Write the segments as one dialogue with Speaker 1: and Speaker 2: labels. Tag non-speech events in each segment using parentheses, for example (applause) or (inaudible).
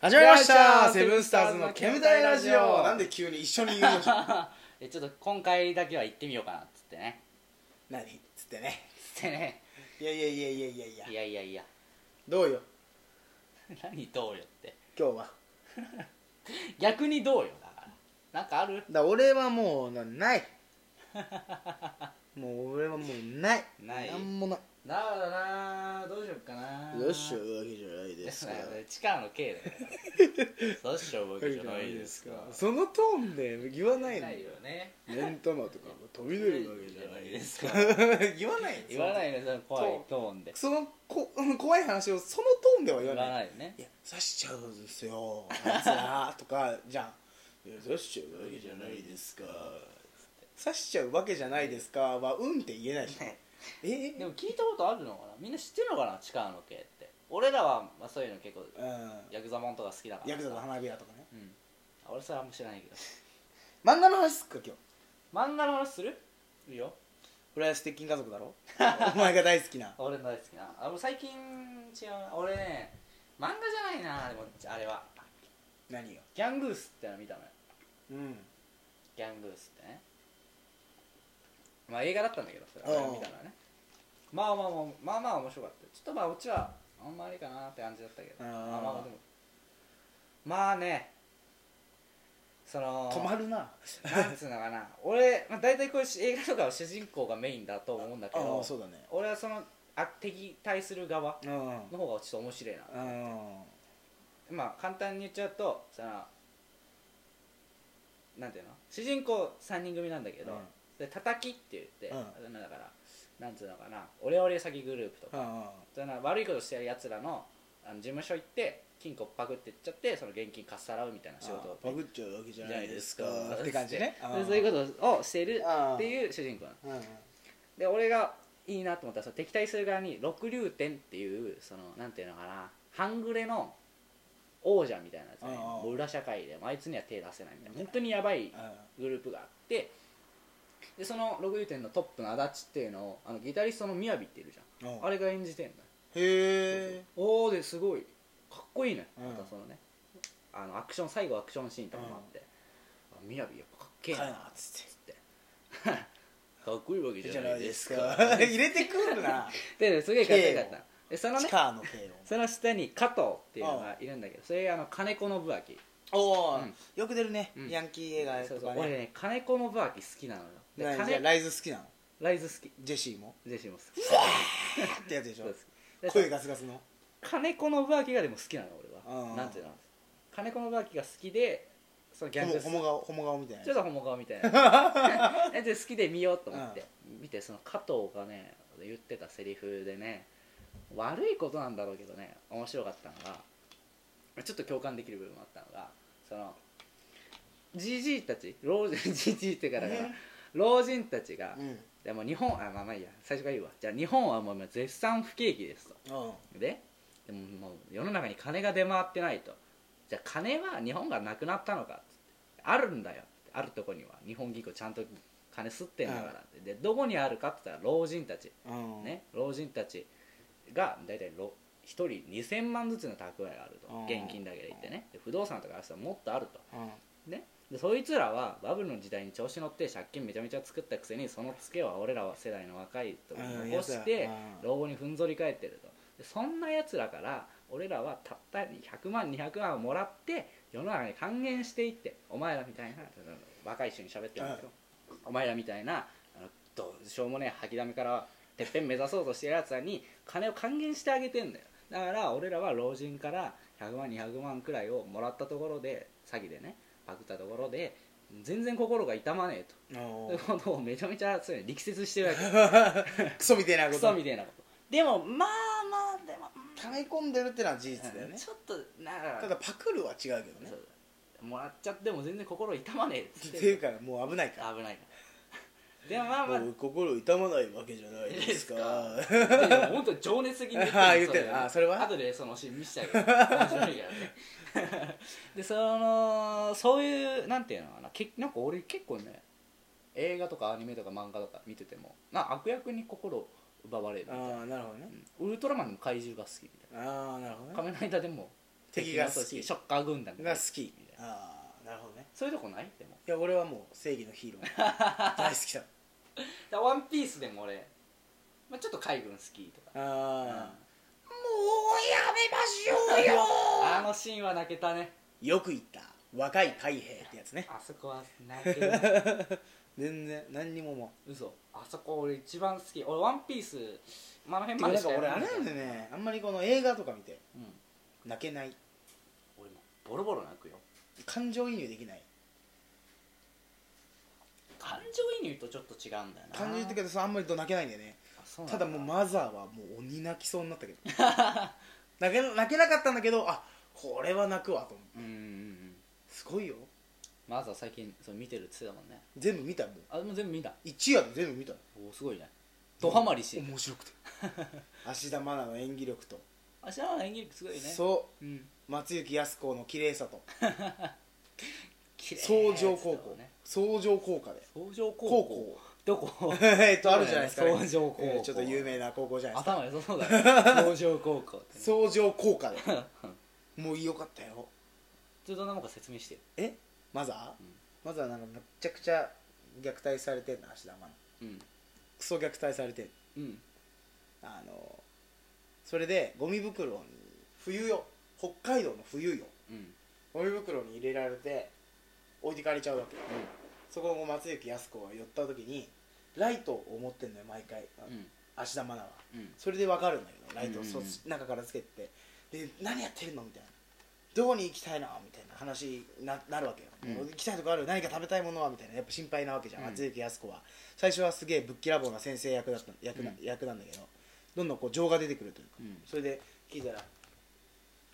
Speaker 1: 始まりましたセブンスターズの煙たいラジオなん
Speaker 2: で急に一緒に言うの
Speaker 1: (laughs) えちょっと今回だけは行ってみようかなっつって (laughs) ね
Speaker 2: (laughs) 何つってね
Speaker 1: つってね
Speaker 2: いやいやいやいやいやいや
Speaker 1: いやいやいや
Speaker 2: どうよ
Speaker 1: 何どうよって
Speaker 2: 今日はだか
Speaker 1: 逆にどうよだからなんかある
Speaker 2: ら俺はもうなないもう俺はもうない
Speaker 1: ない
Speaker 2: んもない
Speaker 1: なるほどなどうしよっかな
Speaker 2: よっしょうわけじゃない
Speaker 1: で
Speaker 2: ですす
Speaker 1: か
Speaker 2: から
Speaker 1: 力の
Speaker 2: (laughs)
Speaker 1: K だよどうしよう僕じゃないですか
Speaker 2: そのトーンで言わないの
Speaker 1: ないよね
Speaker 2: 目ん玉とかも飛び出るわけじゃないですか (laughs) 言わない
Speaker 1: 言わないいねその怖いトーンで
Speaker 2: そのこ (laughs) 怖い話をそのトーンでは言
Speaker 1: 言
Speaker 2: わ
Speaker 1: わ
Speaker 2: ない
Speaker 1: ないね
Speaker 2: いや刺しちゃうんですよあいつらとか (laughs) じゃんいや刺しちゃうわけじゃないですか刺しちゃうわけじゃないですかはうんって言えないし
Speaker 1: ね
Speaker 2: え
Speaker 1: でも聞いたことあるのかなみんな知ってるのかな力の K って俺らは、まあ、そういうの結構
Speaker 2: うん
Speaker 1: ヤクザモンとか好きだからさ
Speaker 2: ヤクザの花火屋とかね
Speaker 1: うん俺それあんま知らないけど
Speaker 2: 漫画の話すっか今日
Speaker 1: 漫画の話するいいよ
Speaker 2: 浦安鉄筋家族だ
Speaker 1: (laughs)
Speaker 2: ろお前が大好きな
Speaker 1: 俺の大好きなあもう最近違うな俺ね漫画じゃないなでもあれは
Speaker 2: 何よ
Speaker 1: ギャングースっての見たのよ
Speaker 2: うん
Speaker 1: ギャングースってねまあ映画だったんだけどそれ
Speaker 2: うん
Speaker 1: 俺見たのはねまあまあまあまあまあ面白かったちょっとまあオチはあんまりかなって感じだったけど
Speaker 2: あー
Speaker 1: まあまあでもまあねその
Speaker 2: 止まるな
Speaker 1: なんつうのかな俺、まあ、大体こういう映画とかは主人公がメインだと思うんだけ
Speaker 2: あ
Speaker 1: ど
Speaker 2: あそうだね
Speaker 1: 俺はそのあ敵対する側
Speaker 2: うん
Speaker 1: の方がちょっと面白いな、
Speaker 2: うん
Speaker 1: まあ簡単に言っちゃうとそのなんていうの主人公3人組なんだけど、
Speaker 2: うん
Speaker 1: で叩きって言って、
Speaker 2: う
Speaker 1: だからなんつうのかなオレオレ詐欺グループとか、
Speaker 2: うん
Speaker 1: その悪いことしてるやつらのあの事務所行って金庫パクっていっちゃってその現金かっさらうみたいな仕事を
Speaker 2: パクっちゃうわけじ
Speaker 1: じ
Speaker 2: ゃ
Speaker 1: ゃ
Speaker 2: な
Speaker 1: ないい
Speaker 2: で
Speaker 1: ですす
Speaker 2: か
Speaker 1: か
Speaker 2: って感じね
Speaker 1: でそういうことをしてるっていう主人公なの
Speaker 2: とうんうん
Speaker 1: で俺がいいなと思ったらその敵対する側に六竜天っていうそのなんていうのかな半グレの王者みたいなやつね
Speaker 2: うんうん
Speaker 1: もう裏社会でもうあいつには手出せないみたいな
Speaker 2: うん
Speaker 1: 本当にやば
Speaker 2: う
Speaker 1: い
Speaker 2: ん
Speaker 1: グループがあってでその六竜天のトップの足立っていうのをあのギタリストのみやびっているじゃ
Speaker 2: うん
Speaker 1: んあれが演じてんだよ
Speaker 2: へえ
Speaker 1: おおですごいかっこいいね、
Speaker 2: うん
Speaker 1: またそのねあのアクション最後アクションシーンとかもあって、あみやびやっぱかっけえ
Speaker 2: か
Speaker 1: な
Speaker 2: や
Speaker 1: っ
Speaker 2: なっつって
Speaker 1: つって (laughs) かっこいいわけじ
Speaker 2: じ
Speaker 1: ゃ
Speaker 2: ゃ
Speaker 1: な
Speaker 2: ないい
Speaker 1: で
Speaker 2: ですす
Speaker 1: か
Speaker 2: か (laughs) 入れてくるな
Speaker 1: ですげえかっこよかったのでその
Speaker 2: 地
Speaker 1: ね
Speaker 2: 下の慶
Speaker 1: その下に加藤っていうのがいるんだけどそれあの金子信明
Speaker 2: 応おお、
Speaker 1: うん
Speaker 2: よく出るね、
Speaker 1: うん
Speaker 2: ヤンキー映画
Speaker 1: そう
Speaker 2: と
Speaker 1: そう
Speaker 2: か
Speaker 1: 俺
Speaker 2: ね
Speaker 1: ね金子信明好きなのよで
Speaker 2: 何じゃあ
Speaker 1: 金
Speaker 2: ライズ好きなの
Speaker 1: ライズ好き
Speaker 2: ジェシーも
Speaker 1: ジェシーも好き
Speaker 2: ってやつでし
Speaker 1: そう
Speaker 2: ょ
Speaker 1: 好きで
Speaker 2: 声ガスガスの
Speaker 1: 金子信明がでも好きなの俺
Speaker 2: う
Speaker 1: は
Speaker 2: ん
Speaker 1: なんていうの金子信明が好きでそのギャング
Speaker 2: ホモホモ顔ホモ顔みたいな
Speaker 1: ちょっ
Speaker 2: と
Speaker 1: とホモ顔みたいなで好きで見ようと思って、見てその加藤がね言ってたセリフでね悪いことなんだろうけどね面白かったのがちょっと共感できる部分もあったのがそのじじいたち老人 (laughs) じじいってからかな
Speaker 2: ね
Speaker 1: 老人たちが、
Speaker 2: うんうん
Speaker 1: でも日本あまあまあいいや最初から言うわじゃあ日本はもう今絶賛不景気ですとででももう世の中に金が出回ってないとじゃあ金は日本がなくなったのかっつってあるんだよあるとこには日本銀行ちゃんと金吸ってんだからって、でどこにあるかって言ったら老人たち、
Speaker 2: うん
Speaker 1: ね老人たちが大体ろ1人2000万ずつの蓄えがあると、
Speaker 2: うん
Speaker 1: 現金だけで言ってねで不動産とかある人はもっとあると
Speaker 2: うん
Speaker 1: ねでそいつらはバブルの時代に調子乗って借金めちゃめちゃ作ったくせにそのツケは俺らは世代の若い人に残し
Speaker 2: う
Speaker 1: て
Speaker 2: ん
Speaker 1: 老後にふんぞり返ってるとでそんなやつらから俺らはたった100万200万をもらって世の中に還元していってお前らみたいな若い人に喋ってるんだけどお前らみたいなあのどうしようもねえ吐きだめからてっぺん目指そうとしてるやつらに金を還元してあげてんだよだから俺らは老人から100万200万くらいをもらったところで詐欺でねパクったところで全然心が痛まねえと
Speaker 2: お
Speaker 1: そう
Speaker 2: ー
Speaker 1: いうことをめちゃめちゃそういうの力説してるわ (laughs) け
Speaker 2: クソみたいなこ
Speaker 1: ク
Speaker 2: と
Speaker 1: ソみたいなことでもまあまあでも
Speaker 2: 溜め込んでるってのは事実だよね
Speaker 1: ちょっとなら
Speaker 2: ただパクるは違うけどね
Speaker 1: そうだもらっちゃっても全然心痛まねえっつ
Speaker 2: っ
Speaker 1: ってて
Speaker 2: いうからもう危ないか
Speaker 1: 危ないから (laughs) でもまあま
Speaker 2: ら
Speaker 1: あ
Speaker 2: もう心痛まないわけじゃないですか
Speaker 1: でも本当に情熱的にる
Speaker 2: あー言ってるあーそれは
Speaker 1: 後でそのシーン見せてあげる面白いから
Speaker 2: (laughs)
Speaker 1: ねでそのそういうなんていうのかなけなんか俺結構ね映画とかアニメとか漫画とか見ててもな悪役に心を奪われる
Speaker 2: ああなるほどね
Speaker 1: うんウルトラマンでも怪獣が好きみたい
Speaker 2: ああなるほ
Speaker 1: な
Speaker 2: どね
Speaker 1: 仮面ライダーでも
Speaker 2: 敵が好き
Speaker 1: ショッカー軍団
Speaker 2: が好き
Speaker 1: みたいな
Speaker 2: ああなるほどね
Speaker 1: そういうとこないでも
Speaker 2: いや俺はもう正義のヒーロ (laughs) ー大好きだ
Speaker 1: だからワンピースでも俺、まあ、ちょっと海軍好きとか
Speaker 2: あ
Speaker 1: もうやめましょうよあのシーンは泣けたね
Speaker 2: ーよく言った若い海兵ってやつね
Speaker 1: あそこは泣ける
Speaker 2: (laughs) 全然何にもも
Speaker 1: 嘘あそこ俺一番好き俺ワンピース、まあ、あの
Speaker 2: う
Speaker 1: 辺
Speaker 2: てか
Speaker 1: まで
Speaker 2: なんか俺
Speaker 1: しかや
Speaker 2: あ
Speaker 1: ら
Speaker 2: れ
Speaker 1: ない
Speaker 2: なんだよねあんまりこの映画とか見て
Speaker 1: うん、
Speaker 2: 泣けない
Speaker 1: 俺もボロボロ泣くよ
Speaker 2: 感情移入できない
Speaker 1: 感情移入とちょっと違うんだよな
Speaker 2: 感情移入ってけどそうあんまりと泣けないんだよね
Speaker 1: あそうな
Speaker 2: た
Speaker 1: んだ
Speaker 2: だもうマザーはもう鬼泣きそうになった (laughs) けど泣け泣けなかったんだけどあこれは泣くわと思う
Speaker 1: うんうんうん
Speaker 2: すごいよ
Speaker 1: まずは最近そう見てるっつってたもんね
Speaker 2: 全部見たもう
Speaker 1: あもう全部見た
Speaker 2: 一夜で全部見た
Speaker 1: おおすごいねドハマりしてる
Speaker 2: 面白くて (laughs) 芦田愛菜の演技力と、
Speaker 1: あ知らない演技力すごいねう、
Speaker 2: そ
Speaker 1: ん、
Speaker 2: う松雪靖子の綺麗さと
Speaker 1: 綺麗
Speaker 2: 相乗効
Speaker 1: やつだ
Speaker 2: 果
Speaker 1: もんね
Speaker 2: 相乗効果で
Speaker 1: 相乗効
Speaker 2: 高
Speaker 1: 果
Speaker 2: 校 (laughs)
Speaker 1: どこ
Speaker 2: えっとあるじゃないですか、ね、
Speaker 1: 相乗効果
Speaker 2: えーちょっと有名な高校じゃないですか
Speaker 1: 頭良さそうだね相乗効果ってね
Speaker 2: 相乗効
Speaker 1: (laughs)
Speaker 2: 果でもうよかったよ
Speaker 1: ずっとなんか説明してる
Speaker 2: えマザー、マザーなんかめちゃくちゃ虐待されてんの芦田愛菜
Speaker 1: うん
Speaker 2: クソ虐待されてんの
Speaker 1: うん
Speaker 2: あのそれでゴミ袋に冬よ北海道の冬よ
Speaker 1: うん
Speaker 2: ゴミ袋に入れられて置いてかれちゃうわけそこを松雪靖子が寄った時にライトを持ってんのよ毎回
Speaker 1: うん
Speaker 2: 芦田愛菜は
Speaker 1: うん
Speaker 2: それで分かるんだけどライトを
Speaker 1: うんうん
Speaker 2: そ、
Speaker 1: うん
Speaker 2: 中からつけてで何やってるのみたいなどこに行きたいのみたいな話にななるわけよ、
Speaker 1: うん
Speaker 2: 行きたいとこある何か食べたいものはみたいなやっぱ心配なわけじゃん、
Speaker 1: うん
Speaker 2: 松雪靖子は最初はすげえぶっきらぼうな先生役だった役な,、
Speaker 1: うん
Speaker 2: 役なんだけどどんどんこう情が出てくるというか、
Speaker 1: うん
Speaker 2: それで聞いたら芦田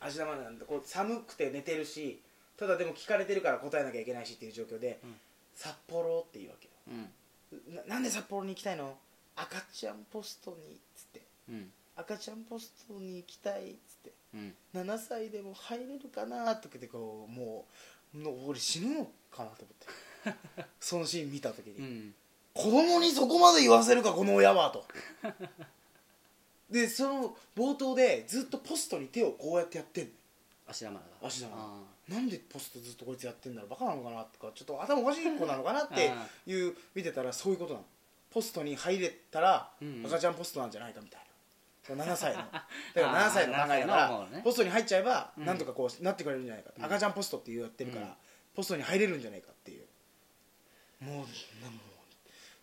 Speaker 2: 愛菜なんてこう寒くて寝てるしただでも聞かれてるから答えなきゃいけないしっていう状況で、
Speaker 1: うん
Speaker 2: 札幌って言うわけよ
Speaker 1: うん
Speaker 2: ななんで札幌に行きたいの赤ちゃんポストにっつって
Speaker 1: うん
Speaker 2: 赤ちゃんポストに行きたいっつって
Speaker 1: うん
Speaker 2: 7歳でも入れるかなとかでこうもうの俺死ぬのかなと思ってそのシーン見た時に、
Speaker 1: うん
Speaker 2: 子供にそこまで言わせるかこの親はとでその冒頭でずっとポストに手をこうやってやってんの
Speaker 1: 足玉だ
Speaker 2: 芦田愛菜
Speaker 1: あ
Speaker 2: なんでポストずっとこいつやってんだろうバカなのかなとかちょっと頭おかしい子なのかなっていう見てたらそういうことなのポストに入れたら
Speaker 1: うんうん
Speaker 2: 赤ちゃんポストなんじゃないかみたいな7歳のだから7歳の考えだか
Speaker 1: あー7歳のも
Speaker 2: ら
Speaker 1: うね
Speaker 2: ポストに入っちゃえば
Speaker 1: うん
Speaker 2: なんとかこうなってくれるんじゃないかって
Speaker 1: うん
Speaker 2: 赤ちゃんポストって言ってるか
Speaker 1: うん
Speaker 2: らポストに入れるんじゃないかっていうもうなもう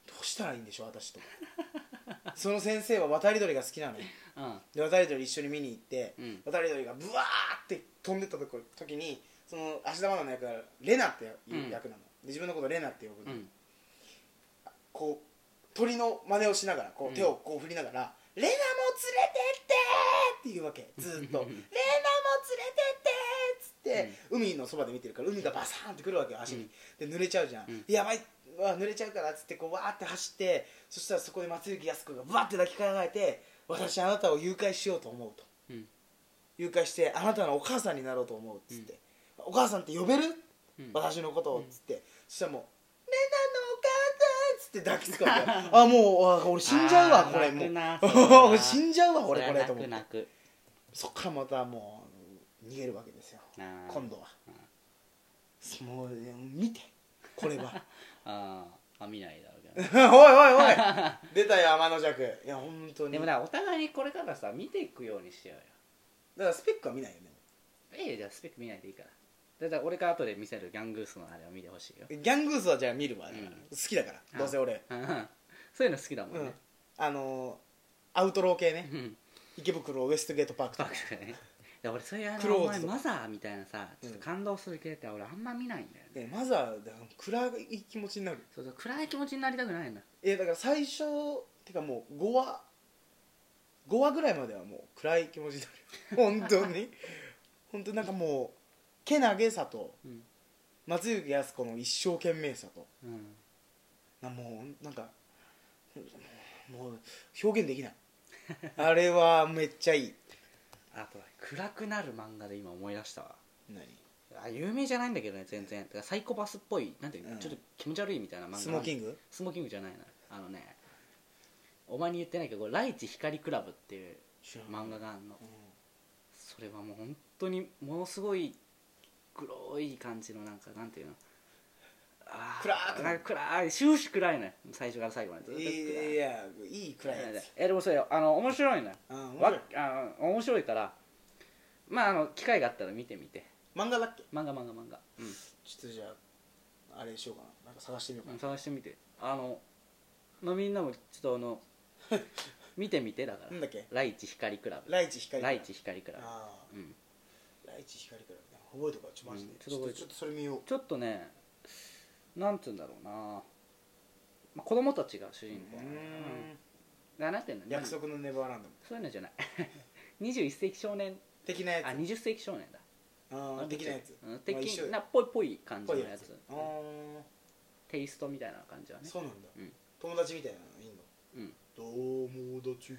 Speaker 2: どうしたらいいんでしょう
Speaker 1: (laughs)
Speaker 2: 私とその先生は渡り鳥が好きなの
Speaker 1: ーうん
Speaker 2: で渡り鳥一緒に見に行って、
Speaker 1: うん
Speaker 2: 渡り鳥がブワーって飛んでったとこ時にその芦田愛菜の役がレナっていう役なの、で自分のことレナって呼ぶ
Speaker 1: う
Speaker 2: の、
Speaker 1: ん
Speaker 2: こう鳥の真似をしながらこ
Speaker 1: うん
Speaker 2: う手をこう振りながら「レナも連れてって!」って言うわけずっと「レナも連れてって!」っつって、海のそばで見てるから海がバサーンってくるわけよ足に、で濡れちゃうじゃん、
Speaker 1: うん
Speaker 2: やばいうわ濡れちゃうからっつってこうわーって走ってそしたらそこで松雪靖子がわーって抱きかかえて「私あなたを誘拐しようと思う」と。
Speaker 1: うん
Speaker 2: 誘拐してあなたのお母さんになろうと思うっつって、お母さんって呼べる、
Speaker 1: うん
Speaker 2: 私のことをっつって、そしたらもう「レナのお母さん」っつって抱きつかん
Speaker 1: (laughs)
Speaker 2: であもうあ俺死んじゃうわ
Speaker 1: あー
Speaker 2: これも
Speaker 1: 泣くな
Speaker 2: う (laughs) 俺死んじゃうわ俺これと
Speaker 1: そ
Speaker 2: 思
Speaker 1: は
Speaker 2: っ
Speaker 1: 泣
Speaker 2: て
Speaker 1: く
Speaker 2: そっからまたもう逃げるわけですよ
Speaker 1: 泣く
Speaker 2: 今
Speaker 1: 度
Speaker 2: 度は、もうね見てこれ
Speaker 1: (laughs)
Speaker 2: は
Speaker 1: あーあ見ないだろうけど
Speaker 2: おいおいおい (laughs) 出たよ天の弱いや本当に
Speaker 1: でも
Speaker 2: だか
Speaker 1: なお互いにこれからさ見ていくようにしようよ
Speaker 2: らスペックは見ないよね
Speaker 1: ええじゃあスペック見ないでいいからだから俺が後で見せるギャングースのあれを見てほしいよ
Speaker 2: ギャングースはじゃあ見るわ、
Speaker 1: うん
Speaker 2: 好きだからどうせ俺
Speaker 1: うんそういうの好きだも
Speaker 2: うんん
Speaker 1: ね、
Speaker 2: あのーアウトロー系ね
Speaker 1: うん
Speaker 2: 池袋ウエストゲートパークと
Speaker 1: バ
Speaker 2: か
Speaker 1: カだね (laughs) いや俺そういうあ
Speaker 2: ク
Speaker 1: の
Speaker 2: ロ
Speaker 1: お
Speaker 2: ー
Speaker 1: 前
Speaker 2: ズド
Speaker 1: マザーみたいなさち
Speaker 2: うん
Speaker 1: ょっと感動する系って俺あんま見ないんだよね
Speaker 2: でマザーで暗い気持ちになる
Speaker 1: そうそう暗い気持ちになりたくないんだ
Speaker 2: えだから最初てかもう5話5話ぐらいまではもう暗い気持ちにな
Speaker 1: (laughs)
Speaker 2: るよ本当に本当なんかもうけなげさと
Speaker 1: うん
Speaker 2: 松雪靖子の一生懸命さと
Speaker 1: うん
Speaker 2: なもうなんかもう表現で
Speaker 1: (laughs)
Speaker 2: きないあれはめっちゃいい
Speaker 1: あと暗くなる漫画で今思い出したわ
Speaker 2: 何
Speaker 1: あ有名じゃないんだけどね全然てかサイコパスっぽいなんていうの、
Speaker 2: うん
Speaker 1: ちょっと気持ち悪いみたいな漫画
Speaker 2: スモーキ
Speaker 1: グ
Speaker 2: ング
Speaker 1: スモーキングじゃないなあのねお前に言ってないけどこれライチ光クラブっていう
Speaker 2: 知
Speaker 1: 漫画があんの
Speaker 2: うん
Speaker 1: それはもう本当にものすごい黒い感じのなんかなんていうのあー
Speaker 2: 暗くな
Speaker 1: なんか暗い終始暗いのよ最初から最後までずっと
Speaker 2: い
Speaker 1: 暗い
Speaker 2: やいやいいくらいやつ
Speaker 1: えでもそれあの面白いのよ
Speaker 2: うん面
Speaker 1: わ
Speaker 2: 白い
Speaker 1: あの面白いからまああの機会があったら見てみて
Speaker 2: 漫画だっけ
Speaker 1: 漫画漫画漫画うん
Speaker 2: ちょっとじゃああれしようかななんか探してみようか
Speaker 1: うん
Speaker 2: な
Speaker 1: 探してみてあの、まあ、みんなもちょっと
Speaker 2: (laughs)
Speaker 1: あの見てみてだから
Speaker 2: なんだっけ
Speaker 1: ライチ光クラブ
Speaker 2: ライチ光
Speaker 1: ライチ光クラ
Speaker 2: あ
Speaker 1: ブ、うん、
Speaker 2: ーライチ光からね覚えとくわちょマジで
Speaker 1: うん
Speaker 2: ちょっと
Speaker 1: ち
Speaker 2: ち
Speaker 1: ょ
Speaker 2: ょっ
Speaker 1: っと覚えて
Speaker 2: とそれ見よう
Speaker 1: ちょっとねなんつうんだろうな、まあ、子供たちが主人公なのかなうんあなんていうの
Speaker 2: 約
Speaker 1: 何
Speaker 2: 束のネバーランド
Speaker 1: そういうのじゃない (laughs) 21世紀少年
Speaker 2: 的なやつ
Speaker 1: あ20世紀少年だ
Speaker 2: あー的なやつ
Speaker 1: うん
Speaker 2: まあ一
Speaker 1: 的
Speaker 2: 緒
Speaker 1: なっぽいっぽい感じ
Speaker 2: ぽ
Speaker 1: の
Speaker 2: いや
Speaker 1: や
Speaker 2: つ
Speaker 1: つ
Speaker 2: あー
Speaker 1: テイストみたいな感じはね
Speaker 2: そうなんだ
Speaker 1: うん
Speaker 2: 友達みたいなのいいの
Speaker 1: うん
Speaker 2: 友達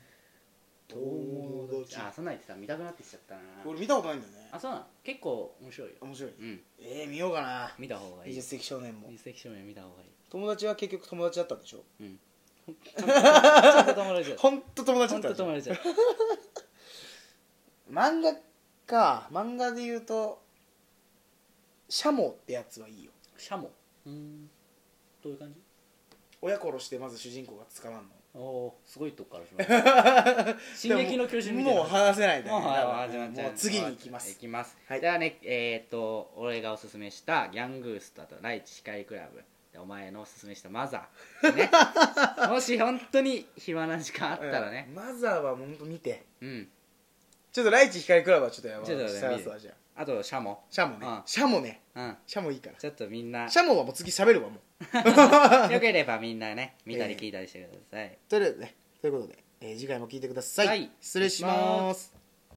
Speaker 2: 友達
Speaker 1: あそんなん言ってた見たくなってきちゃったな
Speaker 2: 俺見たことないんだよね
Speaker 1: あそうなの結構面白いよ
Speaker 2: 面白い
Speaker 1: うん
Speaker 2: えー見ようかな
Speaker 1: 見た方がいい
Speaker 2: 20世紀少年も
Speaker 1: 二石少年見た
Speaker 2: (laughs)
Speaker 1: 方がいい
Speaker 2: 友達は結局友達だったんでしょ
Speaker 1: うんちゃんと友達だ
Speaker 2: 本当友達だ
Speaker 1: 本
Speaker 2: った
Speaker 1: 当
Speaker 2: んでしょ
Speaker 1: 友達
Speaker 2: (laughs)
Speaker 1: だ
Speaker 2: 漫画か漫画で言うとシャモってやつはいいよ
Speaker 1: シャモうんどういう感じ
Speaker 2: 親殺してまず主人公が捕まんの
Speaker 1: おおーすごいとこからしました (laughs) 進撃の巨人みたいな
Speaker 2: もう話せないね
Speaker 1: もう
Speaker 2: 多
Speaker 1: はい
Speaker 2: 分
Speaker 1: はいじゃあ
Speaker 2: もう次に行きま
Speaker 1: 行
Speaker 2: す
Speaker 1: きます、
Speaker 2: はい
Speaker 1: ではねえっ、と俺がおすすめしたギャングースとあとライチ光クラブでお前のおすすめしたマザー、 (laughs) ね、もし本当に暇な時間あったらね
Speaker 2: うんマザーは本当見て
Speaker 1: うん
Speaker 2: ちょっとライチ光クラブはちょっとやばい
Speaker 1: ちょっとね
Speaker 2: 探すわじゃあ
Speaker 1: あとシャモ
Speaker 2: シャモね
Speaker 1: うん
Speaker 2: シャモね
Speaker 1: うん
Speaker 2: シャモいいから
Speaker 1: ちょっとみんな
Speaker 2: シャモはもう次喋
Speaker 1: (laughs)
Speaker 2: るわもう
Speaker 1: よければみんなね見たり聞いたりしてください、
Speaker 2: ということでねということで、えー次回も聞いてください、
Speaker 1: はい
Speaker 2: 失礼します